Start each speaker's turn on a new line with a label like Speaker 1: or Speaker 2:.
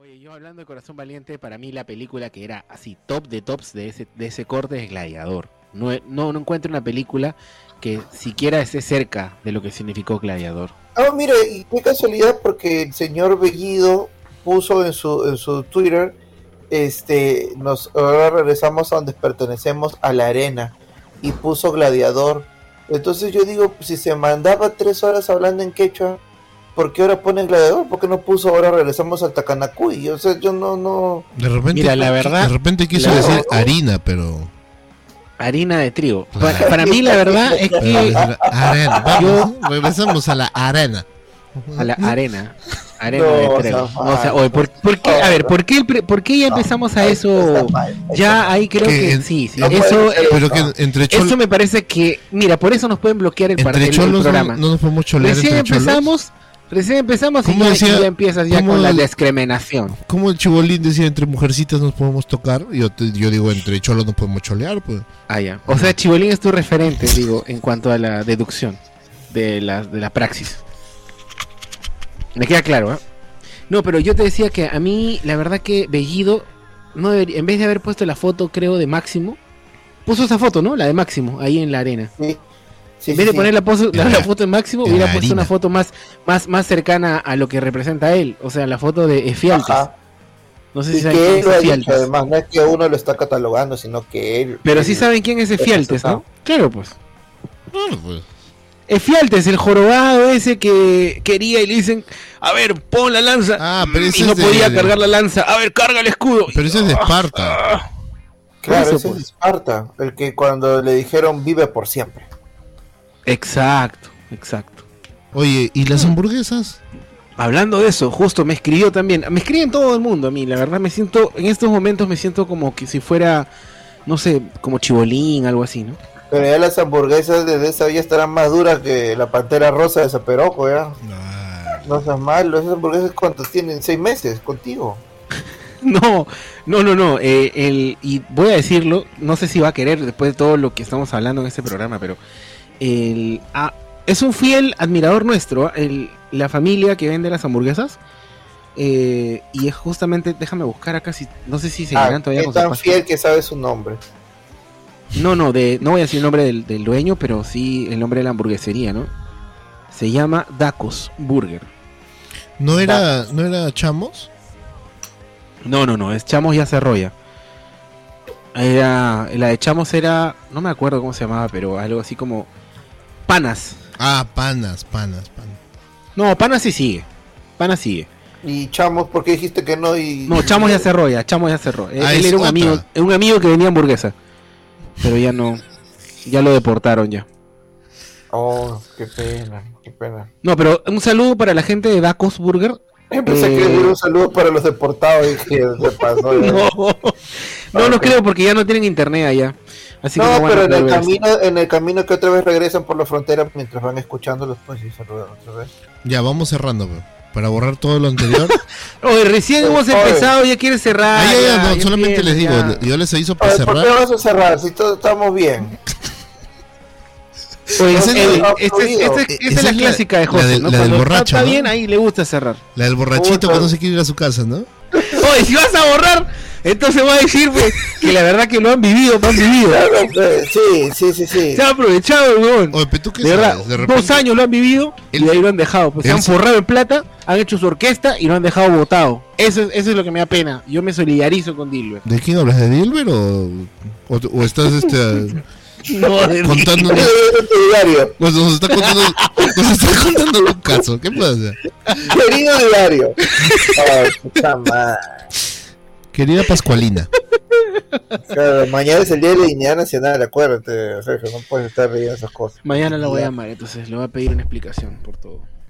Speaker 1: Oye, yo hablando de Corazón Valiente, para mí la película que era así top de tops de ese, de ese corte es Gladiador. No, no, no encuentro una película que siquiera esté cerca de lo que significó Gladiador.
Speaker 2: Ah, mire, y qué casualidad porque el señor Bellido puso en su, en su Twitter, este, nos ahora regresamos a donde pertenecemos, a la arena, y puso Gladiador. Entonces yo digo, pues, si se mandaba tres horas hablando en quechua, ¿por qué ahora pone Gladiador? ¿Por qué no puso ahora regresamos al Takanacuy? O sea, yo no, no...
Speaker 3: De repente,
Speaker 1: Mira, la verdad-
Speaker 3: de repente quiso
Speaker 1: Claro.
Speaker 3: decir harina, pero.
Speaker 1: Harina de trigo. Para, para mí la verdad es
Speaker 3: pero
Speaker 1: que...
Speaker 3: la- arena. Vamos, regresamos a la arena.
Speaker 1: A la arena. Arena
Speaker 2: No,
Speaker 1: de
Speaker 2: o
Speaker 1: trigo.
Speaker 2: sea,
Speaker 1: O sea, oye, ¿por, por qué? A ver, ¿por qué, el pre- por qué ya empezamos a
Speaker 2: Ahí
Speaker 1: eso?
Speaker 2: está mal, ahí
Speaker 1: Ya ahí creo
Speaker 3: Que
Speaker 1: que
Speaker 3: en-
Speaker 1: sí, sí.
Speaker 2: no puede
Speaker 1: Eso,
Speaker 2: ser.
Speaker 1: eh,
Speaker 3: Pero que entre, chol-
Speaker 1: eso me parece que... Mira, por eso nos pueden bloquear el, par- el-
Speaker 3: entre
Speaker 1: el
Speaker 3: cholos no,
Speaker 1: programa.
Speaker 3: no nos podemos cholear.
Speaker 1: Recién
Speaker 3: Entre cholos.
Speaker 1: empezamos, recién empezamos y
Speaker 3: ¿Cómo
Speaker 1: ya,
Speaker 3: decía-
Speaker 1: y ya empiezas ya
Speaker 3: cómo
Speaker 1: con la
Speaker 3: el-
Speaker 1: discriminación.
Speaker 3: Como el chibolín decía, entre mujercitas nos podemos tocar. Yo, te- yo digo, entre cholos nos podemos cholear. Pues.
Speaker 1: Ah, ya. O sea, Chibolín es tu referente, digo, en cuanto a la deducción de la, de la praxis. Me queda claro, ¿eh? No, pero yo te decía que a mí, la verdad que Bellido, no debería- en vez de haber puesto la foto, creo, de Máximo, puso esa foto, ¿no? La de Máximo, ahí en la arena.
Speaker 2: Sí, sí,
Speaker 1: en vez de
Speaker 2: sí.
Speaker 1: poner la, poso- la-
Speaker 3: En la-
Speaker 1: la foto de Máximo,
Speaker 3: en
Speaker 1: hubiera
Speaker 3: la
Speaker 1: puesto
Speaker 3: harina.
Speaker 1: una foto más, más, más cercana a lo que representa a él. O sea, la foto de Efialtes.
Speaker 2: Ajá.
Speaker 1: No sé si
Speaker 2: Y
Speaker 1: saben
Speaker 2: que él
Speaker 1: quién
Speaker 2: lo ha
Speaker 1: es
Speaker 2: dicho,
Speaker 1: Efialtes.
Speaker 2: además, no es que uno lo está catalogando, sino que él...
Speaker 1: Pero sí saben quién es Efialtes,
Speaker 2: Eso
Speaker 1: ¿no? Claro, pues.
Speaker 3: Claro, pues.
Speaker 1: Efialtes, el jorobado ese que quería y le dicen, a ver, pon la lanza.
Speaker 3: Ah, pero
Speaker 1: Mm,
Speaker 3: ese
Speaker 1: y no
Speaker 3: es de-
Speaker 1: podía cargar la lanza. A ver, carga el escudo.
Speaker 3: Pero ese es de Esparta.
Speaker 2: Claro,
Speaker 1: Eso,
Speaker 2: ese
Speaker 1: pues.
Speaker 2: es Esparta, el que cuando le dijeron vive por siempre.
Speaker 1: Exacto, exacto.
Speaker 3: Oye, ¿y las hamburguesas?
Speaker 1: Hablando de eso, justo me escribió también. Me escriben todo el mundo a mí, la verdad me siento, en estos momentos me siento como que si fuera, no sé, como chibolín, algo así, ¿no?
Speaker 2: Pero ya las hamburguesas de esa vía estarán más duras que la pantera rosa de Zaperoco, ya. No seas malo, esas hamburguesas cuántos tienen, seis meses contigo.
Speaker 1: No, no, no, no. eh, el, y voy a decirlo, no sé si va a querer después de todo lo que estamos hablando en este programa, pero el, ah, es un fiel admirador nuestro, ah, el- la familia que vende las hamburguesas. eh, y es justamente, déjame buscar acá si no sé si seguirán
Speaker 2: Ah,
Speaker 1: todavía
Speaker 2: es
Speaker 1: con su
Speaker 2: tan
Speaker 1: página.
Speaker 2: fiel que sabe su nombre.
Speaker 1: No, no, de, no voy a decir el nombre del, del dueño, pero sí el nombre de la hamburguesería, ¿no? Se llama Dacos Burger.
Speaker 3: ¿No era, ¿No era Chamos?
Speaker 1: No, no, no, es Chamos ya se arrolla. Era, la de Chamos era, no me acuerdo cómo se llamaba, pero algo así como Panas.
Speaker 3: Ah, panas, panas, panas.
Speaker 1: No, Panas sí sigue. Panas sigue.
Speaker 2: Y chamos, ¿por qué dijiste que no? Y...
Speaker 1: No, Chamos ya se arrolla, Chamos ya se arrolla. Él,
Speaker 3: Ah,
Speaker 1: él
Speaker 3: es
Speaker 1: era un
Speaker 3: otra.
Speaker 1: amigo, un amigo que vendía hamburguesa. Pero ya no, ya lo deportaron ya.
Speaker 2: Oh, qué pena, qué pena.
Speaker 1: No, pero un saludo para la gente de Dacos Burger.
Speaker 2: Empecé
Speaker 1: Eh.
Speaker 2: a querer un saludo para los deportados y que se pasó. ya.
Speaker 1: No, no, no
Speaker 2: ok.
Speaker 1: creo porque ya no tienen internet allá. Así que
Speaker 2: No,
Speaker 1: van a
Speaker 2: pero en
Speaker 1: poder
Speaker 2: el,
Speaker 1: ver esto.
Speaker 2: camino, en el camino que otra vez regresan por la frontera mientras van escuchándolos, pues y saludan otra vez.
Speaker 3: Ya, vamos cerrando, pe, Para borrar todo lo anterior.
Speaker 1: Oye, recién hemos
Speaker 2: Oye.
Speaker 1: empezado, ya quiere cerrar.
Speaker 3: Ah, ya, ya, no,
Speaker 1: ya
Speaker 3: solamente
Speaker 1: empieza,
Speaker 3: les digo,
Speaker 1: ya.
Speaker 3: yo les aviso
Speaker 2: A
Speaker 3: para
Speaker 2: ver, ¿Por qué
Speaker 3: cerrar.
Speaker 2: vas a cerrar si todos estamos bien?
Speaker 1: Oye,
Speaker 3: Esa es
Speaker 1: eh,
Speaker 2: la-
Speaker 1: este- este-
Speaker 2: Esa
Speaker 1: esta es
Speaker 3: E-,
Speaker 1: la
Speaker 3: es la-
Speaker 1: clásica de
Speaker 3: la
Speaker 1: José,
Speaker 3: del-
Speaker 1: ¿no?
Speaker 3: la del
Speaker 1: Cuando está-
Speaker 3: borracho,
Speaker 1: está
Speaker 3: ¿no?
Speaker 1: bien, ahí le gusta cerrar.
Speaker 3: La del borrachito
Speaker 2: Puta.
Speaker 3: que no se quiere ir a su casa, ¿no?
Speaker 1: Oye, si vas a borrar, entonces va a decir pues, que la verdad que lo han vivido, lo han vivido.
Speaker 2: Sí, sí, sí, sí.
Speaker 1: Se ha aprovechado, weón.
Speaker 3: Oye, pero tú qué
Speaker 1: De verdad,
Speaker 3: sabes, de
Speaker 1: dos
Speaker 3: repente.
Speaker 1: años lo han vivido y
Speaker 3: Él-
Speaker 1: de ahí lo han dejado. Pues, se
Speaker 3: él
Speaker 1: han
Speaker 3: se-
Speaker 1: forrado en plata, han hecho su orquesta y lo han dejado votado. Eso, es- eso es lo que me da pena. Yo me solidarizo con Dilbert.
Speaker 3: ¿De quién hablas? ¿De Dilber o, o, o estás este,
Speaker 1: No, de
Speaker 3: contando
Speaker 2: Sí, este diario,
Speaker 3: nos, nos está contando nos está contando un caso? ¿Qué pasa?
Speaker 2: querido diario. Ay, puta madre.
Speaker 3: Querida Pascualina,
Speaker 2: Claro, mañana es el Día de la Dignidad Nacional, acuérdate, Sergio, no puedes estar riendo esas cosas.
Speaker 1: Mañana la voy a llamar, entonces le voy a pedir una explicación por todo.